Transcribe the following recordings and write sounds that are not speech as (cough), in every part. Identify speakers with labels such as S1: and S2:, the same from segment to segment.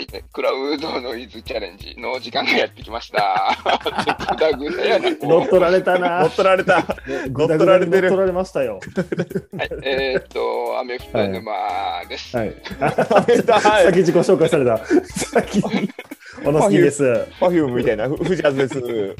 S1: ねクラウドノイズチャレンジの時間がやってきました。グダグダやな。
S2: (laughs) 乗っ取られた
S3: 乗
S2: な
S3: っ。取られた。乗っ取られて
S2: 乗っ取
S3: る。
S2: られましたよ。
S1: はい、えーっと、アメフト沼です。
S2: はい。
S3: はい
S2: 先自己紹介された。先。小野好きです。
S3: パフュームみたいな、フジャズです。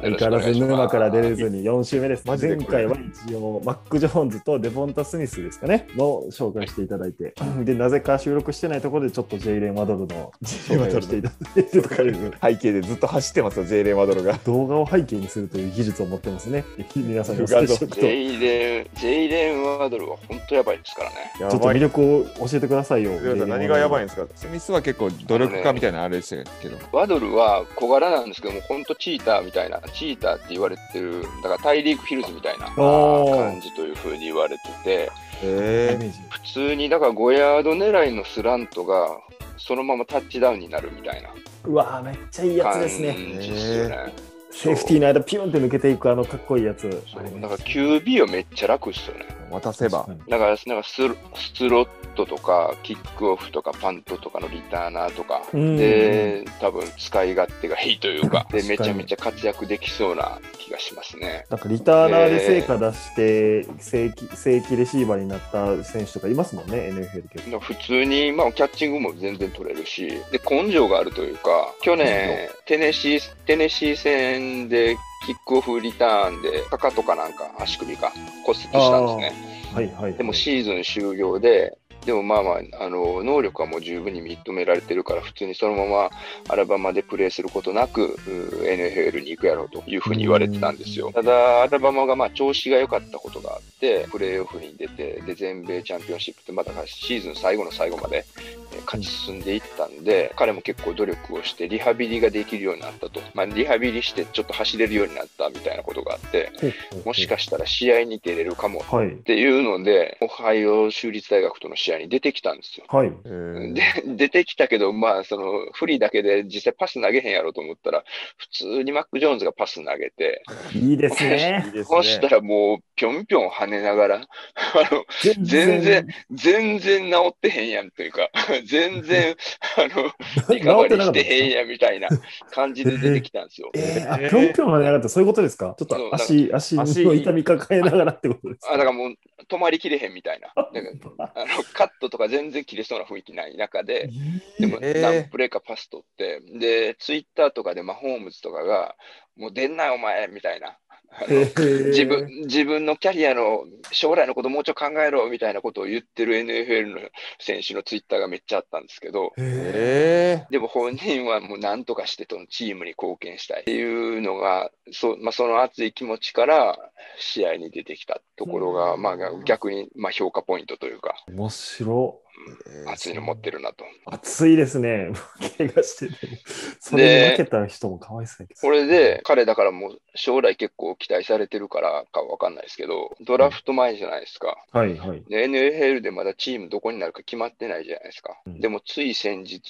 S2: 相変わらず沼から出れずに4週目です。
S3: マジで
S2: 前
S3: これ
S2: 回は一応、マック・ジョーンズとデボンタ・スミスですかね、の紹介していただいて、で、なぜか収録してないところで、ちょっとジェイレン・ワドルの紹介をしていただいてとかいう
S3: 背景でずっと走ってますよ、J レイマドロが。
S2: 動画を背景にするという技術を持ってますね。皆さんに接
S1: ジ
S2: 触と。ち
S1: ェイレン、ジェイレンワードルは本当やばいですからね。
S3: や
S2: ょっと
S3: ば
S2: 魅
S3: い。
S2: 力を教えてくださいよ。
S3: 何がやばい
S2: い
S3: んですかスミスは結構努力家みたいなあれでしたけど。
S1: ワドルは小柄なんですけども、本当チーターみたいな、チーターって言われてる、だからタイリークヒルズみたいな
S2: おー
S1: 感じというふうに言われてて、
S2: イ
S3: え
S2: メージ。
S1: 普通にだから5ヤード狙いのスラントが、そのままタッチダウンになるみたいな
S2: うわー、めっちゃいいやつ
S1: 感
S2: です
S1: じ
S2: ね。
S1: ですよね。
S2: セーフティーの間、ピュンって抜けていく、あのかっこいいやつ。
S1: そう
S2: あれね
S1: だから QB はめっちゃ楽っすよね。
S3: ー、渡せば。
S1: だからなんかスロスロットとか、キックオフとか、パントとかのリターナーとか、
S2: うん
S1: で、多分使い勝手がいいというか、で、
S2: (laughs) 確
S1: め
S2: か
S1: ち
S2: に
S1: ゃめちゃ活躍できそうな気がしますね。
S2: なんかリターナーで成果出して、正規正規レシーバーになった選手とかいますもんね、NFL
S1: だから普通に、まあ、キャッチングも全然取れるし、で、根性があるというか、去年、テネシー、テネシー戦で、キックオフリターンで、かかとかなんか、足首か、骨折したんですね。
S2: はいはい。
S1: でもシーズン終了で、でもまあまあ、あの能力はもう十分に認められてるから、普通にそのままアラバマでプレーすることなく、うー NFL に行くやろうというふうに言われてたんですよ。ただ、アラバマがまあ調子が良かったことがあって、プレーオフに出て、で全米チャンピオンシップって、まだシーズン最後の最後までえー勝ち進んでいったんで、彼も結構努力をして、リハビリができるようになったと、まあ、リハビリしてちょっと走れるようになったみたいなことがあって、もしかしたら試合に出れるかも
S2: はい
S1: っ。ていうので、オハイオ州立大学との試合に出てきたんですよ。
S2: はい。
S3: えー
S1: で、出てきたけど、まあ、その、フリーだけで実際パス投げへんやろうと思ったら、普通にマック・ジョーンズがパス投げて、
S2: いいです
S3: い
S2: ね
S3: い。です
S1: そした
S3: ね。
S1: らもう、ぴょんぴょん跳ねながら、あの、全然。、全然治ってへんやんというか、全然、あの、リカバリーしてへんやんみたいな感じで出てきたんですよ。
S2: えー、あぴょんぴょん跳ね上がってそういうことですかちょっ
S1: そう
S2: と足、足の痛み抱えながらってことです
S1: あだからもう、止まりきれへんみたいな。だから
S2: か
S1: あのカットとか全然切れそうな雰囲気ない中で、でも
S3: えー
S1: 何プレーかパス取って、で、ツイッターとかでマホームズとかが、もう出んなよお前みたいな、あの自分自分のキャリアの将来のこともうちょい考えろみたいなことを言ってる NFL の選手のツイッターがめっちゃあったんですけど、
S3: え
S1: でも本人はもう何とかしてとのチームに貢献したいっていうのが、そ,、まあ、その熱い気持ちから試合に出てきたところが、まあ、逆にまあ評価ポイントというか、
S2: 面白。
S3: ー
S1: 熱いの持ってるなと。
S2: 熱いですね。怪我してて。それに負けた人もかわいそうやけど。
S1: これで、彼だからもう将来結構期待されてるからかわかんないですけど、ドラフト前じゃないですか。
S2: はいはい。
S1: で NFL でまだチームどこになるか決まってないじゃないですか。
S2: うん
S1: でもつい先日、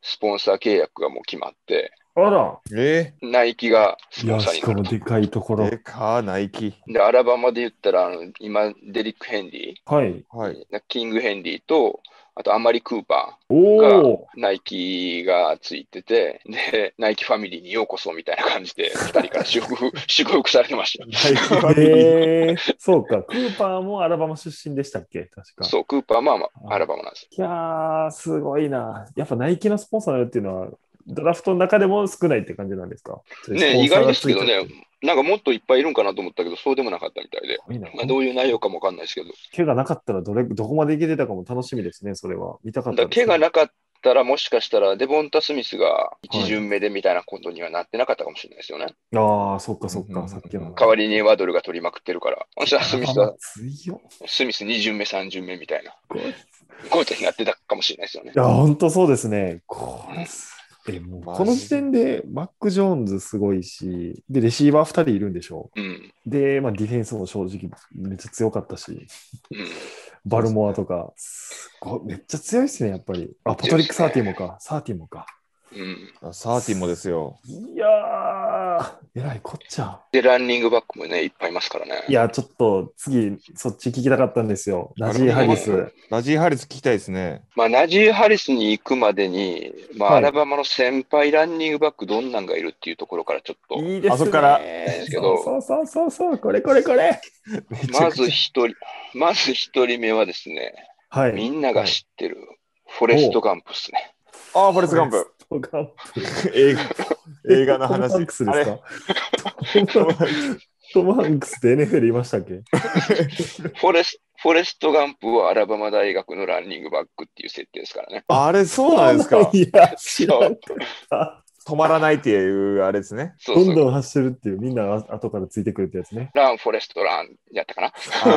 S1: スポンサー契約がもう決まって、
S2: あら。
S3: え
S1: ナイキがス
S2: い
S1: ポ
S2: や、
S1: ンサー
S2: し
S1: に
S2: か
S1: なる
S2: も
S1: と。
S2: でかいとこ
S3: ー
S2: ろ
S3: で。かーナイキ。
S1: で、アラバマで言ったら、あの今、デリック・ヘンリ
S2: はい。
S3: はい。
S1: ー、キング・ヘンリーと、あとアマリ・クーパ
S2: おお。
S1: ー、ナイキがついてて、で、ナイキファミリーにようこそみたいな感じで、2人から祝福、祝福されてました。
S2: (laughs) へえそうか、クーパーもアラバマ出身でしたっけ、確か。
S1: そう、クーパーはまあま
S2: あ
S1: あ、アラバマなんです。
S2: いやー、すごいな。やっぱナイキのスポンサーになるっていうのは、ドラフトの中でも少ないって感じなんですか。
S1: ね、意
S2: スポ
S1: 外
S2: ンサーが
S1: で
S2: つ
S1: す
S2: いて
S1: けど
S2: る
S1: ね、なんかもっといっぱいいるんかなと思ったけど、そうでもなかったみたいで、
S2: すごいな。
S1: まあ、どういう内容かもわかんないですけど、
S2: 怪我なかったらどれ、どこまでいけてたかも楽しみですね、それは。見たかっ
S1: だから
S2: たですね
S1: 怪我なかったら、もしかしたらデボンタ・スミスが1巡目でみたいなことにはなってなかったかもしれないですよね。
S2: ああ、そっかそっ
S3: うん
S2: か、さっきの。
S1: 代わりにワドルが取りまくってるから、そしたらスミスは、
S2: 強っ。
S1: スミス2巡目、3巡目みたいな
S2: これい
S1: ことになってたかもしれないですよね。
S2: や、ほんとそうですね。これすえもう
S3: マジ
S2: この時点で、マック・ジョーンズすごいし、で、レシーバー2人いるんでしょ
S1: うん。
S2: で、まあ、ディフェンスも正直めっちゃ強かったし、
S1: うん、
S2: バルモアとか、すごいめっちゃ強いですね、やっぱり。あ、ポトリック・サーティもか、サーティもか。
S1: うん
S3: あサーティもですよ。
S2: いやー、や、えらいこっちゃ。
S1: で、ランニングバックもね、いっぱいいますからね。
S2: いや、ちょっと次、そっち聞きたかったんですよ。ラジー・ハリス。
S3: ラジー・ハリス聞きたいですね。
S1: まあ、ナジー・ハリスに行くまでに、まあ、
S2: は
S1: ア
S2: い
S1: ラバマの先輩ランニングバック、どんなんがいるっていうところからちょっと。
S2: いいですね。
S3: あそっから
S1: ですけ
S2: そ
S1: ど
S2: うそうそうそうそう、これこれこれ。
S1: まず一人、まず一人目はですね、
S2: はい。
S1: みんなが知ってる、フォレストガンプですね。
S3: あー、フォレストガン
S2: フォレ
S3: プ。
S2: ストガン
S3: (laughs) 映画。
S2: プ。
S3: 映画の話
S2: トム・ハンクスですかトム・ハンクストムハンクスって NFL いましたっけ
S1: フォレスフォレストガンプはアラバマ大学のランニングバックっていう設定ですからね。
S3: あれ、そうなんですか。
S2: いや、知らんかった。
S3: 止まらないっていう、あれで
S2: (laughs)
S3: すね。
S1: そう
S2: ど
S1: そ
S2: ん
S1: う。
S2: どん走ってるっていう、みんなが後からついてくるってやつね。
S1: ラン、フォレストランやったかな。
S3: あ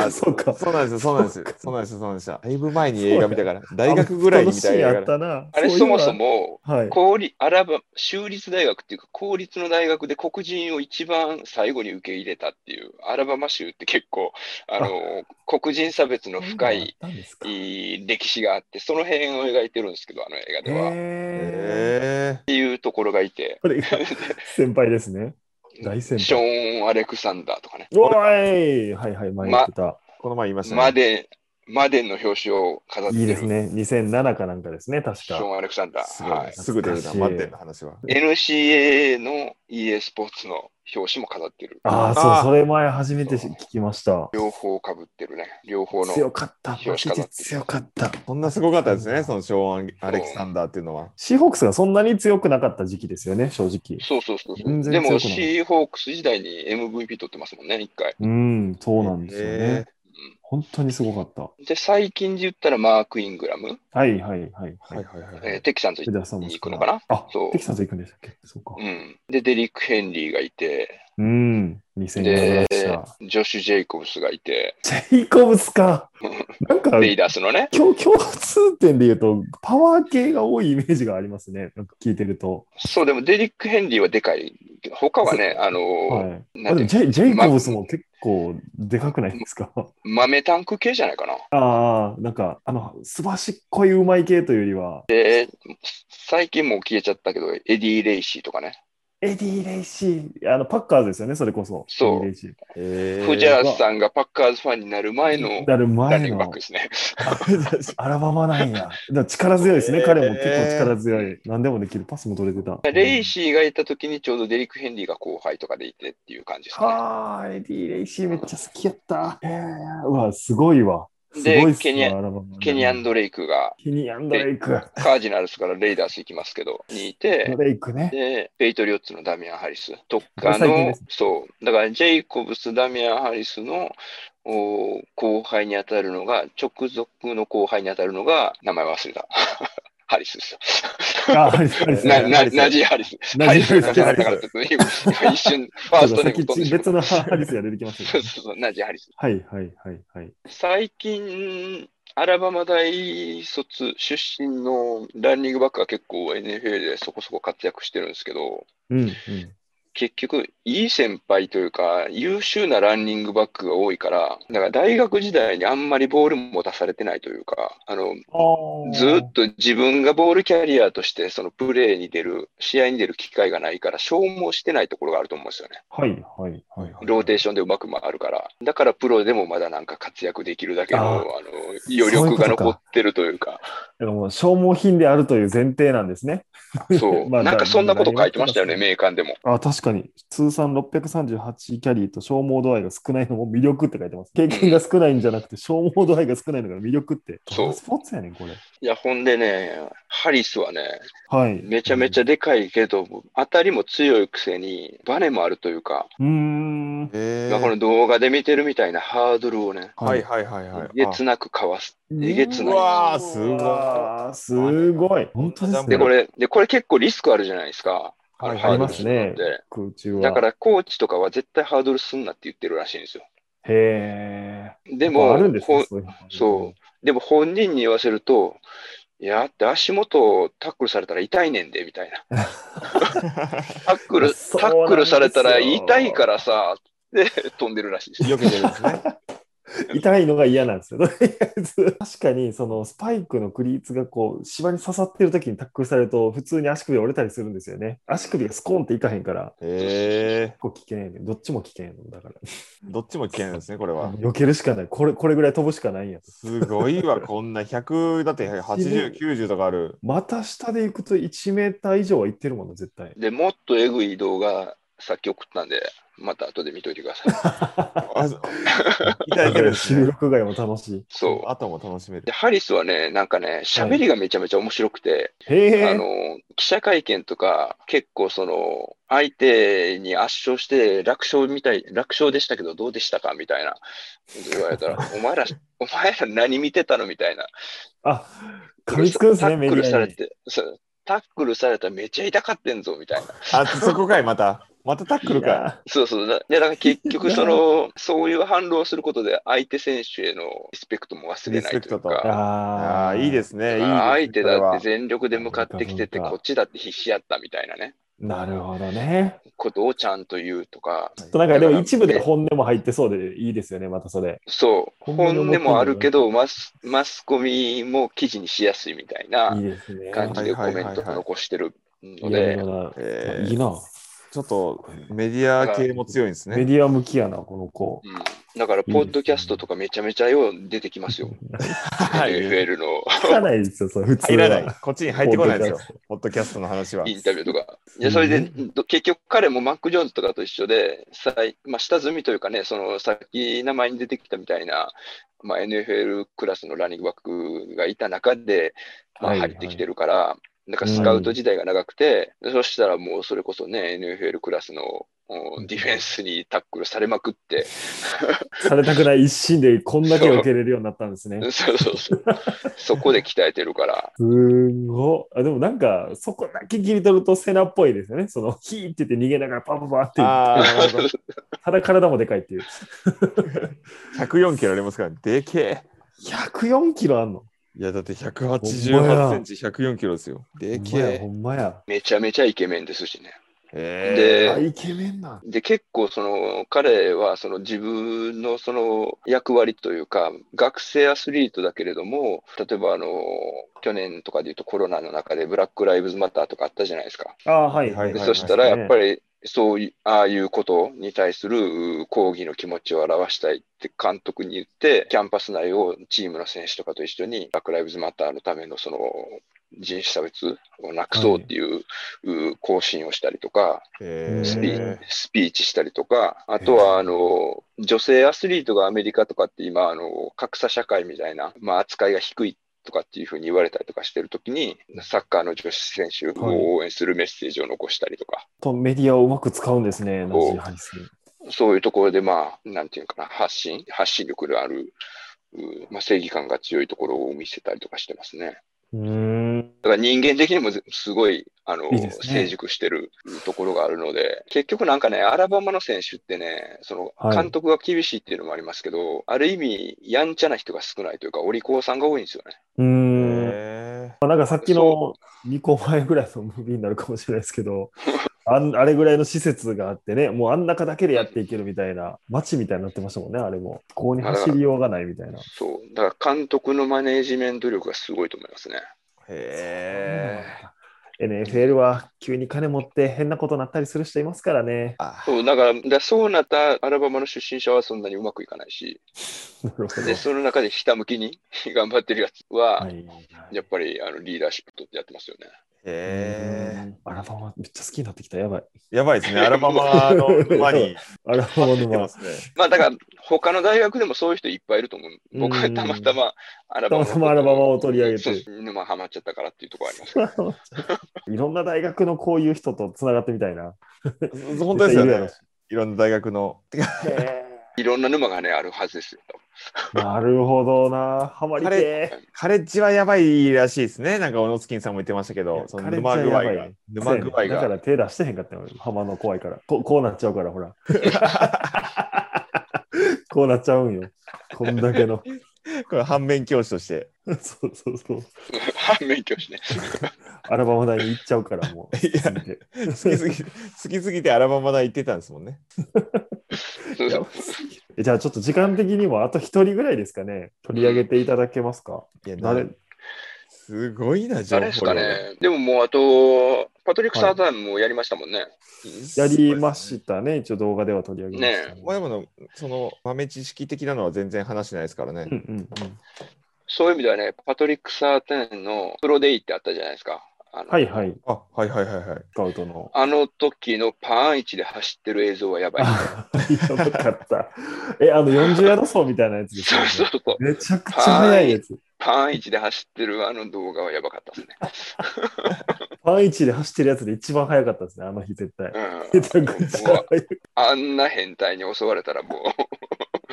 S3: ー
S2: (laughs) そうか
S3: そうなんですよ、そうなんですよ。そうなんですよ、そうなんですよ。だいぶ前に映画見たから、大学ぐらいに見た
S2: あ
S3: 映
S2: の
S3: 画
S2: あったな。
S1: あれ、
S2: ういえば
S1: そもそ。も、
S2: はい。
S1: 公立アラバ州立大学っていうか、公立の大学で黒人を一番最後に受け入れたっていう、アラバマ州って結構、あ
S2: (laughs)
S1: の黒人差別の深い
S2: あったんですか。
S1: いい歴史があって、その辺を描いてるんですけど、あの映画では。っ
S2: えー。
S3: え
S1: ていうところがいて、
S2: これ (laughs) が先輩ですね。大先輩
S1: ショーン・アレクサンダーとかね、
S2: おーいはいはい、前言ってた。
S3: ー、この前言いました
S1: マ
S3: ね。
S1: デン、マデンの表紙を飾って
S2: いい
S1: る、
S2: ですね。2007かなんかですね、確
S1: ショー
S2: か。
S1: ン・アレクサンダ
S3: す
S1: ー。
S3: ごい
S1: はい
S3: すぐ出るな、
S2: 懐かしい
S3: 待ってんの話は。
S1: NCAA の EA スポーツの表紙も飾ってる。
S2: あ
S3: あ
S2: あ、
S3: ー
S2: そう、それ前初めてし聞きました。
S1: 両方かぶってるね。両方の。
S2: 強かった。マ
S1: 表
S2: ジ
S1: 紙飾
S2: で
S1: って
S2: 強かった。
S3: そんなすごかったですね、そのショーン・アレクサンダーっていうのは。
S2: シーホークスがそんなに強くなかった時期ですよね、正直。
S1: そうそうそうそう。
S2: 全然
S1: でも、
S2: 強くない
S1: シーホークス時代に MVP 取ってますもんね、一回。
S2: うん、そうなんですよ
S3: え
S2: ね。本当にすごかった。
S1: で、最近で言ったらマーク・イングラム、
S2: はいはいはい。
S3: ーはいはいはいは
S1: えー
S3: い。
S1: テキサンズ
S2: テキサスも
S1: に行くのかな。
S2: あ
S1: そう、
S2: テキサス行くんでしたっけそうか
S1: う。ん。で、デリック・ヘンリーがいて、
S2: うん、2007
S1: で
S2: でした。、
S1: ジョシュ・ジェイコブスがいて、
S2: ジェイコブス
S1: (laughs)
S2: か。なんか、
S1: レイダースのね、
S2: 共共通点で言うと、パワー系が多いイメージがありますね。なんか聞いてると。
S1: そう、でもデリック・ヘンリーはでかい。他はね、あのー
S2: はい。
S1: なん
S2: あで
S1: て
S2: も
S1: いう
S2: ジェイジェイコブスも結構でかくないですか
S1: 豆タンク系じゃないかな。
S2: ああ、なんか、あの、すばしっこいうまい系というよりは、
S1: で、最近もう消えちゃったけど、エディ・レイシーとかね、
S2: エディ・レイシー、あの、パッカーズですよね、それこそ。
S1: そう
S2: エディレイシー
S3: えー
S1: フジャ
S3: (laughs)
S1: ースさんがパッカーズファンになる前の
S2: な
S1: ラ
S2: る
S1: ン
S2: 前
S1: ニングバッ
S2: の
S1: ク、ですね。
S2: アラバマなんや。だから力強いですね、彼も結
S3: えー
S2: 構力強い。何でもできる、パスも取れてた。
S1: レイシーがいた時にちょうどデリック・ヘンリーが後輩とかでいてっていう感じですね。
S2: はあ、エディ・レイシーめっちゃ好きやった。えー、うわ、すごいわ。すご
S1: で
S2: いっす
S1: ケニア
S2: わアラバマ
S1: ケニアン・ドレイクが
S2: ケニアンドレイク。
S1: カージナルスからレイダース行きますけど、にいて
S2: ド、レイクね。
S1: で、ペイトリオッツのダミアン・ハリスとか
S2: 最近で
S1: の
S2: す、
S1: そう、だからジェイコブス、ダミアン・ハリスのお後輩に当たるのが、直属の後輩に当たるのが、名前忘れた。 (laughs) ハリスですよ。
S2: あ、あれですね
S1: な、な、
S3: ハリス
S1: ナジー・ハリス。
S2: ナジーハリス
S1: ハリスだからちょっと今今一瞬、ファーストネーム飛んでしまった
S2: 別のハリスが出てきました
S1: そ
S2: け
S1: う
S2: ど
S1: そうそう、ナジー・ハリス。
S2: はいはいはいはい。
S1: 最近、アラバマ大卒出身のランニングバックは結構 NFL でそこそこ活躍してるんですけど、
S2: うんうん。
S1: 結局、いい先輩というか、優秀なランニングバックが多いから、だから大学時代にあんまりボールも出されてないというか、あの、ずーっと自分がボールキャリアとして、そのプレーに出る、試合に出る機会がないから、消耗してないところがあると思うんですよね。
S2: はいはいはいはい。
S1: ローテーションでうまく回るから。だからプロでもまだなんか活躍できるだけの、
S2: あ
S1: あ
S2: ー
S1: の、余
S2: そう
S1: 力
S2: いうこと
S1: が
S2: か
S1: 残ってるというか、
S2: だからもう消耗品であるという前提なんですね。
S1: そう。
S2: (laughs) まあ
S1: なんかそんなこと書いてましたよね、
S2: だ
S1: 名鑑でも。
S2: あ、確かに。通算638キャリーと消耗度合いが少ないのも魅力って書いてます。経験が少ないんじゃなくて消耗度合いが少ないのが魅力って。
S1: そう
S2: スポーツやねん、これ。
S1: いや、ほんでね、ハリスはね、
S2: はい。
S1: めちゃめち
S2: ゃ。
S1: ゃでかいけど、当たりも強いくせに、バネもあるというか、
S2: うーん。
S3: え
S1: まあこの
S3: ー
S1: 動画で見てるみたいなハードルをね、
S3: はいはいはいはい
S1: え。げつなくかわす。
S2: うん
S1: えげつ
S3: う
S1: ない。
S3: わー、す
S2: う
S3: ご
S2: わーすごい。本当ですね。
S1: で、これ、で、これ結構リスクあるじゃないですか。あ
S3: はい
S1: の
S3: あ
S1: ハー
S3: り
S1: ド
S3: ま
S1: ル
S3: す
S1: す
S2: ね
S1: るのって。
S2: 空中は。
S1: だから、コーチとかは絶対ハードルすんなって言ってるらしいんですよ。
S2: へ
S1: で
S2: え。も
S1: も、
S2: あるんです
S1: ほ
S2: ね
S1: ん。そうでも本人に言わせると、いや、だって足元をタックルされたら痛いねんで、みたい
S2: (laughs)
S1: な。タックル、タ
S2: そうなんですよ
S1: ックルされたら痛いからさ、で、飛んでるらしいで
S2: (laughs)
S3: い。
S1: す
S3: よけてるんですね。
S2: 痛いのが嫌なんですよ。 (laughs) とりあえず。確かに、そのスパイクのクリーツがこう、芝に刺さってる時にタックルされると、普通に足首折れたりするんですよね。足首がスコーンっていかへんから、
S3: ええ
S2: 結構危険やねんどっちも危険やねんだから。
S3: どっちも危険ですね、これは。
S2: 避けるしかない。これ、これぐらい飛ぶしかないんや。
S3: すごいわ、こんな100、だって80、90とかある。
S2: また下で行くと1メーター以上は行ってるもんな、絶対。
S1: で、もっとえぐい動画、さっき送ったんで、また後で見といてください。
S2: (laughs)
S3: あそういただけるんです
S2: 収
S3: ね。
S2: 録外も楽しい。
S1: そう。
S3: あとも楽しめる
S1: で、。ハリスはね、なんかね、喋りがめちゃめちゃ面白くて、
S2: へえ。
S1: あの、記者会見とか、結構その、相手に圧勝して、楽勝みたい、楽勝でしたけど、どうでしたかみたいな、言われたら、お前ら、お前ら何見てたのみたいな。
S2: あ、噛みつくんです
S1: タ
S2: ね、
S1: ッ
S2: メ
S1: ク
S2: デ
S1: ル
S2: ィ
S1: さ
S2: ア
S1: れ
S2: に。
S1: て、そうタックルされたらめっちゃ痛かってんぞ、みたいな。
S3: あ、そこかい、また。またタックル
S2: い
S3: か
S2: や
S1: そうそう。だでだから結局、その、そういう反論をすることで、相手選手へのリスペクトも忘れないという
S3: リスペクト
S1: か
S3: と。い。あ
S2: あ
S3: あ
S2: あ、。
S3: ー、いいですすね。いいですね
S1: あ相手だ
S3: これ
S1: っ
S3: は
S1: て全力で向かってきてて、
S2: 文化文
S1: こ
S2: 化
S1: っちだって必死やったみたいなね、
S2: なるほどね。
S1: ことをちゃんと言うとか、
S2: なんかで
S1: だか
S2: も
S1: ら
S2: 一部で本音も入ってそうでいいですよね、またそれ。
S1: そう、
S2: ほんまに
S1: 本
S2: 思って
S1: 音
S2: んだな
S1: もあるけどマス、マスコミも記事にしやすいみたいない
S2: いですね。
S1: 感じでコメントも残してるので、
S3: え
S2: い
S3: ー
S2: いな。
S3: ちょっとメディア系も強いんです
S2: メ
S3: ね。
S2: ディア向きやな、この子。
S1: うん、だから、ポッドキャストとかめちゃめちゃよう出てきますよ、NFL の
S2: 聞かないですよ、それ普通
S3: 入
S2: は
S3: らない。こっちに入ってこないです
S1: (laughs)
S3: よ。ポッドキャストの話は。
S1: インタビューとか。
S2: ん
S1: でそれで、ど結局彼もマック・ジョーンズとかと一緒で、さいまあ、下積みというかね、そのさっき名前に出てきたみたいな、まあ、NFL クラスのランニングバックがいた中で、まあ、
S2: はいは
S1: 入
S2: い
S1: ってきてるから、なんかスカウト時代が長くて、でそしたらもうそれこそね、NFL クラスのおディフェンスにタックルされまくって、
S2: されたくない一心でこんだけ受けれるようになったんです
S1: (laughs)
S2: ね。
S1: そうそうそう、そこで鍛えてる
S2: (laughs)
S1: から、
S2: すんごいあでもなんか、そこだけ切り取るとセナっぽいですよね。その、ヒーって言って逃げながらパパパっていう。
S3: ああ、なるほど。
S2: ただ体もでかいっていう。
S3: 104キロありますから、でけえ。
S2: 104キロあんの
S3: いや、だって
S2: ほんまや
S3: 188センチ、104キロですよ。でけ
S2: ほ
S3: え。
S2: んま
S1: (laughs)
S2: や。
S1: めちゃめちゃイケメンですしね。
S3: え
S2: あイケメンなん。
S1: で結構その彼はその自分のその役割というか学生アスリートだけれども例えばあの去年とかでいうとコロナの中でブラック・ライブズ・マターとかあったじゃないですか、
S2: あはいは
S3: はい
S2: い
S1: で
S2: はい。
S1: そしたらやっぱ
S2: り。
S1: りそういうああいうことに対するう抗議の気持ちを表したいって監督に言ってキャンパス内をチームの選手とかと一緒にブラック・ライブズ・マターのためのその人種差別をなくそうっていうう更新をしたりとか、
S3: え
S1: スピー
S3: え
S1: スピーチしたりとか、あとはあの女性アスリートがアメリカとかって今あの、格差社会みたいな、まあ、扱いが低いとかっていうふうに言われたりとかしてるときに、サッカーの女子選手を応援するメッセージを残したりとか、
S2: とメディアをうまく使うんですね、ナ
S1: そう
S2: ジハリス。
S1: そういうところで、まあ、なんていうのかな、発信、発信力のある、うまあ、正義感が強いところを見せたりとかしてますね。
S2: うーん。
S1: だから人間的にもすごい、あの、
S2: いいですね
S1: 成熟してるところがあるので、結局なんかね、アラバマの選手ってね、その、
S2: はい
S1: 監督が厳しいっていうのもありますけど、ある意味、やんちゃな人が少ないというか、お利口さんが多いんですよね。
S2: うーん。
S3: え
S2: まあなんかさっきの
S1: そ
S2: 2個前ぐらいのムービーになるかもしれないですけど、 (laughs) あんあれぐらいの施設があってね、もうあん中だけでやっていけるみたいな、街みたいになってましたもんね、あれも。ここに走りようがないみたいな。
S1: そう。だから監督のマネージメント力がすごいと思いますね。
S3: ええ
S2: NFL は急に金持って変なことになったりする人いますからね。
S3: あ
S1: そう、だから、だからそうなったアラバマの出身者はそんなにうまくいかないし、
S2: なるほど
S1: で、その中でひたむきに (laughs) 頑張ってるやつは、
S2: はい
S1: やっぱりあのリーダーシップ取ってやってますよね。
S3: ええ
S2: アラバマめっちゃ好きになってきた、やばい。
S3: やばいですね。アラバマ
S2: (laughs)
S3: の馬に
S2: アラバマの
S3: 出 (laughs) てま
S2: ます
S3: ね。
S1: まあだから、他の大学でもそういう人いっぱいいると思う。僕は
S2: うん
S1: たまたまアラ
S2: た
S1: バマの
S2: またまアラバマを取り上げて。
S1: そう沼ハマっちゃったからっていうところありますけど。
S2: (laughs) いろんな大学のこういう人とつながってみたいな。
S3: 本当ですよ
S2: 絶対いるやろ
S3: ね。いろんな大学の。
S1: いろんな沼がね、あるはずですよ。 (laughs)
S2: なるほどな。ハマりてー。
S3: カレッジはやばいらしいですね。なんか、オノスキンさんも言ってましたけ
S2: い
S3: ど
S2: や、
S3: そ
S2: カ
S3: の
S2: レッジ
S3: 沼
S2: は
S3: 具合
S2: やば
S3: が
S2: い。
S3: 沼具合
S2: だか
S3: が。
S2: ら手出してへんかったよ。ハマの怖いから。ここうなっちゃうから、
S3: (laughs)
S2: ほら。こうなっちゃうんよ。こんだけの。 (laughs)
S3: これ反面教師として。
S2: そうそうそう。
S1: 反面教師ね。
S2: アラバマ大に行っちゃうから、もう。
S3: (laughs) いや
S2: 続いて
S3: 好きすぎて、好きすぎてアラバマだ行ってたんですもんね。
S1: そうそ
S2: や
S1: う
S2: ばすぎる (laughs) えじゃあちょっと時間的にもあと一人ぐらいですかね。取り上げていただけますか。
S3: いや、
S2: 誰
S3: なすごいな、情
S1: あ
S3: 報
S1: れ
S3: 量
S1: ですかね。でももうあと、パトリック・サータイムもやりましたもんね。
S2: やりましたね。一応動画では取り上げました、ね。
S3: まあでもの、その豆知識的なのは全然話しないですからね。
S2: うんうんうん
S1: そういう意味ではね、パトリック・サータイムのプロデイってあったじゃないですか。あの
S2: はいはい。
S3: あ、はいはいはいはい。
S2: スカウトの。
S1: あの時のパンチで走ってる映像はやばい。
S2: あやばかった。 (laughs) え、あの40ヤード走みたいなやつですよ
S1: そ
S2: ね
S1: う。そうそう。
S2: めちゃくちゃ速いやつ。
S1: パンチで走ってるあの動画はやばかった
S2: (laughs)
S1: ですね。
S2: パン1で走ってるやつで一番速かったですね、あの日絶対。めち
S1: う
S2: ゃ
S1: ん、も
S2: くちゃ
S1: う
S2: 速 (laughs) い
S1: あんな変態に襲われたらもう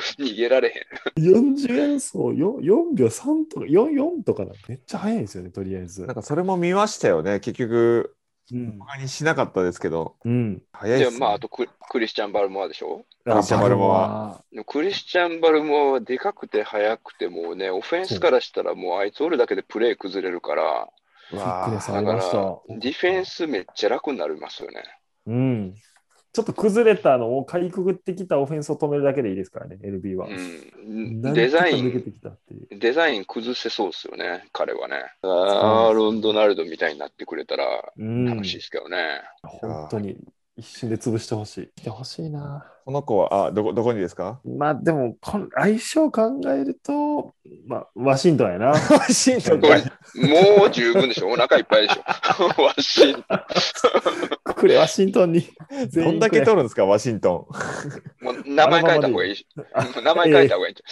S1: (laughs) 逃げられへん。
S2: 40円走よ4秒3とか44とかだめっちゃ速いんですよねとりあえず
S3: なんかそれも見ましたよね。結局、
S2: うん、
S3: 他にしなかったですけど、
S2: うん、
S3: 早い
S1: で
S3: っす、ね。
S1: まああとククリスチャン・バルモアでしょ
S3: あバルモ
S2: ア
S1: でもクリスチャン・バルモアはでかくて速くてもうね、オフェンスからしたらもうあいつおるだけでプレー崩れるから、
S3: う
S2: フィットネ
S3: わ
S2: ス
S1: だか
S2: あり
S1: ら
S2: ました
S1: ディフェンスめっちゃ楽になりますよね。
S2: うんちょっと崩れたのをかいくぐってきたオフェンスを止めるだけでいいですからね LB は、
S1: うん、
S2: なんとか
S1: デザイ
S2: 抜けて
S1: ン、
S2: きたっていう
S1: デザイン崩せそうですよね、彼はね。
S2: う
S1: アーロン・ドナルドみたいになってくれたら
S2: うん
S1: 楽しいですけどね。
S2: 本当に一瞬で潰してほしい来てほしいな
S3: この子は、あ、どこ、どこにですか
S2: まあでもこの相性考えると、まあ、ワシントンやな (laughs)
S3: シン
S2: トン
S1: これもう十分でしょ、お腹いっぱいでしょ。 (laughs) ワシント
S2: くれワシントン (laughs) に
S3: どん
S2: 全員
S3: だけ
S2: くれ
S3: 取るんですか、ワシント
S1: ンもう名前変えた方がいいし、名前変えた方がいいんち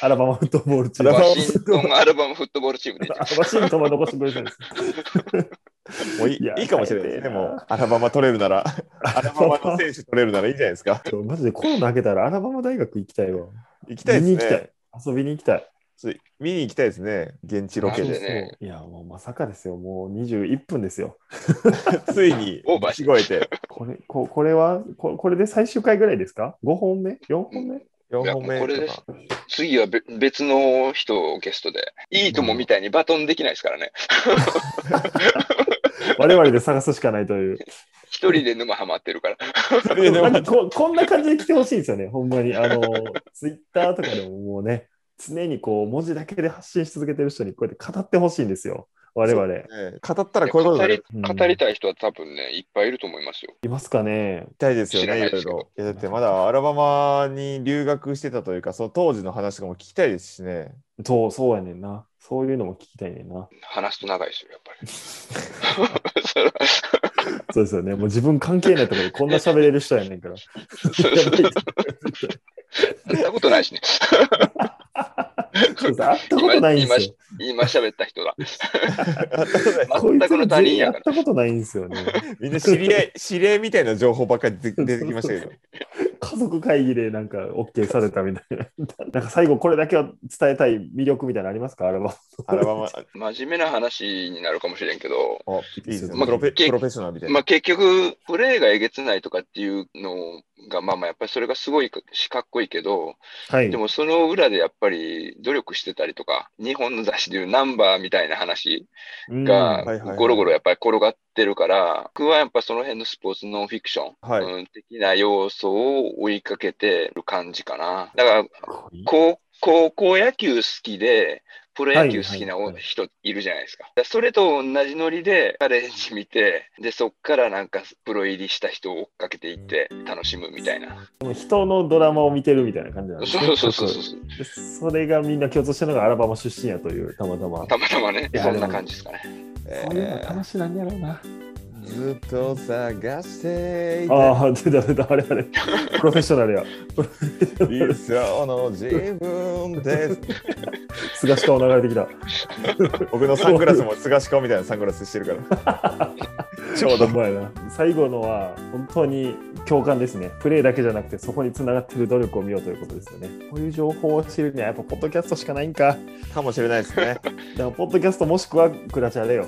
S2: アラバマフットボールチー
S1: ゃう。
S2: ム
S3: アラバマ
S1: ワシントンアルバムフットボールチームでいいんちゃう
S2: (laughs) ワシントンは残してくれてるんです。
S3: (laughs) ン。もういい
S2: いや
S3: いいかもしれないで
S2: 変え
S3: すね。
S2: てえな
S3: もう、アラバマ取れ
S2: (laughs)
S3: るなら、アラバマの選手取れるならいいじゃないですか。
S2: マジでコロナ開けたらアラバマ大学行きたいわ。
S3: 行きたい
S2: 見に
S3: で
S2: 行
S3: す
S2: きた
S3: ね
S2: い。遊びに行きたい。
S3: ちょっと見に行きたいですね。現地ロケ
S1: マジ
S3: で。
S1: でね
S2: そういや、もうまさかですよ。もう21分ですよ。
S3: ついに、
S1: オーバーし
S3: しごえて、
S2: これ、ここれはこ、これで最終回ぐらいですか ?5 本目 ?4 本
S3: (laughs)
S2: 目
S3: 4本
S1: いやもうこれ
S3: 目
S1: で
S3: と
S1: す
S3: か。
S1: 次はべ別の人をゲストで、いいともみたいにバトンできないですからね。
S2: 我々で探すしかないという。
S1: 一人で沼ハマってるから。 (laughs)
S3: いやで
S2: な
S3: も
S2: んかここんな感じで来てほしいんですよね。ほんまに。あの、ツイッターとかでももうね、常にこう文字だけで発信し続けてる人にこうやって語ってほしいんですよ。我々。
S3: ね語ったらこういうこ
S1: 語
S3: とになる
S1: り語りたい人は多分ね、いっぱいいると思いますよ。
S2: いますかね
S3: たいですよ
S1: 知らな
S3: ね、
S1: い
S3: い
S1: です
S3: ろい
S1: けど
S3: ろ。いやだってまだアラバマに留学してたというか、その当時の話とかも聞きたいですしね。
S2: (laughs) そう、そうやねんな。そういうのも聞きたいねんな。
S1: 話すと長いですよ、やっぱ
S3: (laughs)
S1: り。そら
S2: そうですよね。もう自分関係ないところでこんな喋れる人やねんから。
S1: そうそうそんなことないしね。
S2: そうそう (laughs) 会ったことないんですよ。
S1: 今喋った人だ。全くの他
S2: こいつら全
S1: 人
S2: 員
S1: や
S2: 会
S1: から
S2: っ。たことないんですよね。
S3: みんな知り合い、知り合いみたいな情報ばっかり出出てきましたけど。
S2: 家族会議でなんか OK されたみたいな。なんか最後これだけは伝えたい魅力みたいなのありますかアルバム。
S3: アラバマ、あ
S1: 真面目な話になるかもしれんけど、
S3: いいですね。
S1: まあ
S3: プロフェ
S1: け
S3: プロフェッショナルみたい
S1: ま
S3: な
S1: あ、。結局、プレーがえげつないとかっていうのが、まあまあ、やっぱりそれがすごいしかっこいいけど、
S2: はい
S1: で。もその裏でやっぱり努力してたりとか、日本の雑誌でいうナンバーみたいな話
S2: うん
S1: が
S3: はいはいはい
S1: ゴロゴロやっぱり転がってるから、僕はやっぱその辺のスポーツノンフィクション、
S3: はい
S1: うん的な要素を追いかけてる感じかな。だから高高校野球好きで、プロ野球好きな
S2: はいはいはい
S1: 人いるじゃないですか。だからそれと同じノリでチャレンジ見て、で、そっからなんかプロ入りした人を追っかけていって楽しむみたいな。
S2: でも人のドラマを見てるみたいな感じなんですね
S1: そうそうそうそう。
S2: でそれがみんな共通してるのがアラバマ出身やという、たまたま。
S1: たまたまね
S2: い、や
S1: そんな感じですかね。
S3: え
S2: そういうの楽しなんやろうな。
S3: ーずっと探していた
S2: ああ、出た出た、あれあれ。プロフェッショナルや。プロフェッショナル
S3: 理想の自分です。
S2: 菅氏顔流れてきた。 (laughs)
S3: 僕のサングラスも菅氏顔みたいなサングラスしてるから。ちょうど
S2: ほん。まやな最後のは本当に共感ですね。プレーだけじゃなくてそこに繋がってる努力を見ようということですよね。こういう情報を知るにはやっぱポッドキャストしかないんか。
S3: かもしれないですね。
S2: だからポッドキャストもしくはクラチャレよ。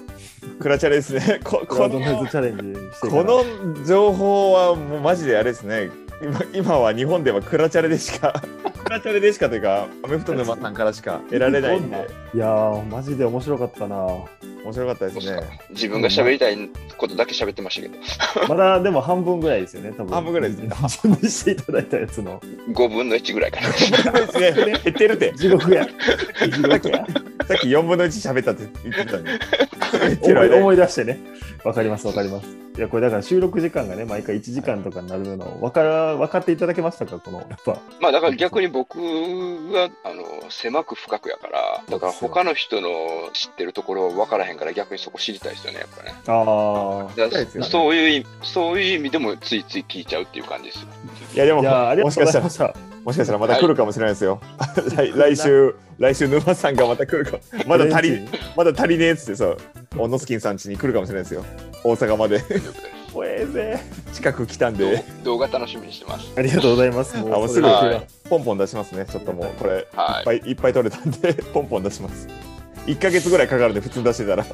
S3: クラチャレですね。 (laughs) こ
S2: クラ
S3: こ
S2: ウド
S3: の
S2: ノイズチャレンジしてから
S3: この情報はもうマジであれですね今今は日本ではクラチャレでしかクラチャレでしかというかアメフト沼さんからしか得られないんで
S2: いやーマジで面白かったな。
S3: 面白かったです
S1: そうっすか
S3: ね。
S1: 自分が喋りたいことだけ喋ってましたけど、
S2: まだでも半分ぐらいですよね、多分。
S3: 半分ぐらいですね
S2: 準備していただいたやつの
S1: 5分の1ぐらい
S2: (laughs)
S1: かな。
S3: ね減ってるって。
S2: 地獄や。地獄や。
S3: さっき4分の1喋ったって言ってたね。
S2: (laughs) 思い思い出してね。わかります、わかります。いや、これだから収録時間がね、毎回1時間とかになるの、わから、分かっていただけましたか、この、やっぱ。
S1: まあだから逆に僕はあの狭く深くやから、だから他の人の知ってるところ分からへんから逆にそこ知りたいですよね、やっぱね。
S2: あ
S1: だ
S3: そうですよね
S1: そういう意味、そういう意味でもついつい聞いちゃうっていう感じですよ。
S3: いやで
S2: あ。
S3: も
S2: いや、ありが
S3: もし
S2: とう
S3: か
S2: ござ
S3: した
S2: い
S3: ら
S2: ました。
S3: もしかしたらまた来るかもしれないで
S2: (laughs)
S3: すよ。来来週来週沼さんがまた来るかまだ足りまだ足りねえっつってさ、オノスキンさん家に来るかもしれないですよ。大阪まで (laughs)
S1: ということで
S2: (laughs) 怖えぜ。
S3: 近く来たんで。
S1: 動画楽しみにしてます。
S2: ありがとうございます。も
S3: あもうすぐ
S2: それだ
S3: ポンポン出しますね。ちょっともうこれいっ
S1: はい。
S3: ぱいいっぱい取れたんでポンポン出します。1ヶ月ぐらいかかるんで普通に出してたら。